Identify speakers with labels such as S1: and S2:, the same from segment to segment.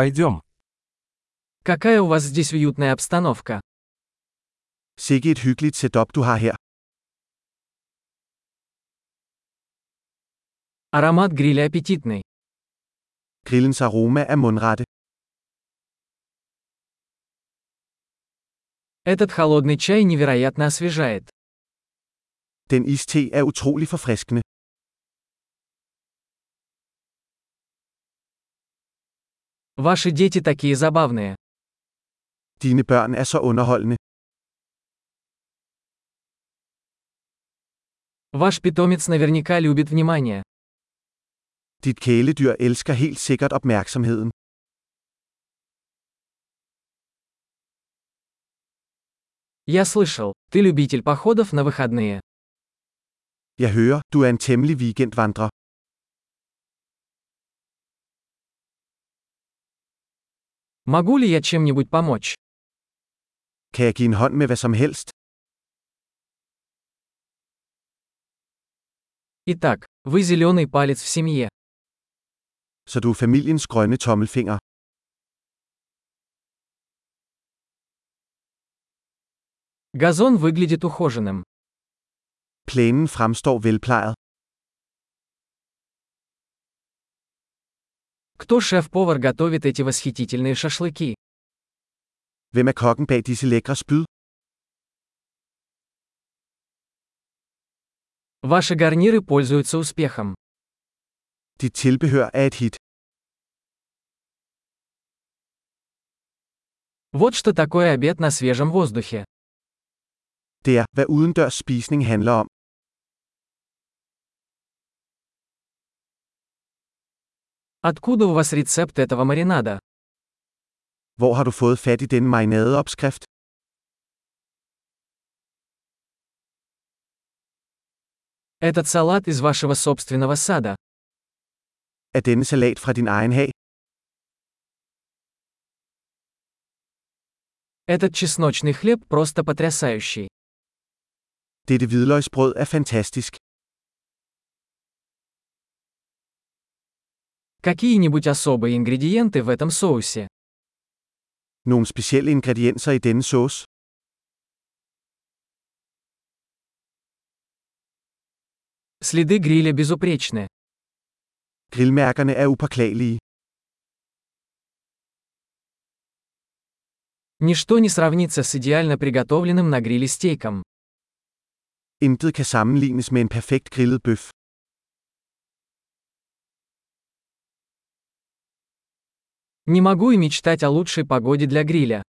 S1: Пойдем.
S2: Какая у вас здесь уютная обстановка.
S3: Sikke et hyggeligt setup du har her.
S2: Аромат гриля аппетитный.
S3: Grillens aroma er mundrette.
S2: Этот холодный чай невероятно освежает.
S3: Den iste er utrolig forfriskende.
S2: Ваши дети такие забавные.
S3: Dine børn er så underholdende.
S2: Ваш питомец наверняка любит внимание.
S3: Dit kæledyr elsker helt sikkert opmærksomheden.
S2: Я слышал, ты любитель походов на выходные.
S3: Jeg hører, du er en temmelig weekendvandrer.
S2: Могу ли я чем-нибудь помочь?
S3: Kan jeg give en hånd med hvad som helst?
S2: Итак, вы зеленый палец в семье.
S3: Så du er familiens grønne tommelfinger.
S2: Газон выглядит ухоженным.
S3: Plænen fremstår velplejet.
S2: Кто шеф-повар готовит эти восхитительные шашлыки?
S3: Hvem er kokken bag disse lækre spyd?
S2: Ваши гарниры пользуются успехом.
S3: Dit tilbehør er et hit.
S2: Вот что такое обед на свежем воздухе.
S3: Det er, hvad udendørs spisning handler om.
S2: Откуда у вас рецепт этого маринада?
S3: Hvor har du fået fat i denne marinadeopskrift?
S2: Этот салат из вашего собственного сада.
S3: Er denne salat fra din egen hag?
S2: Этот чесночный хлеб просто потрясающий.
S3: Dette hvidløgsbrød er fantastisk.
S2: Какие-нибудь особые ингредиенты в этом соусе?
S3: Nogle specielle ingredienser i denne sauce.
S2: Следы гриля безупречны.
S3: Grillmærkerne er upåklagelige.
S2: Ничто не сравнится с идеально приготовленным на гриле стейком.
S3: Intet kan sammenlignes med en perfekt grillet bøf.
S2: Не могу и мечтать о лучшей погоде для гриля.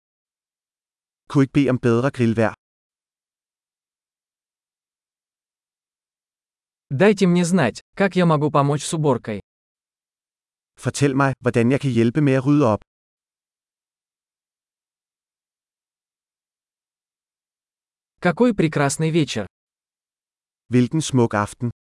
S3: Kunne ikke bede om bedre grillvejr.
S2: Дайте мне знать, как я могу помочь с уборкой.
S3: Fortæl mig, hvordan jeg kan hjælpe med at rydde op.
S2: Какой прекрасный вечер.
S3: Hvilken smuk aften.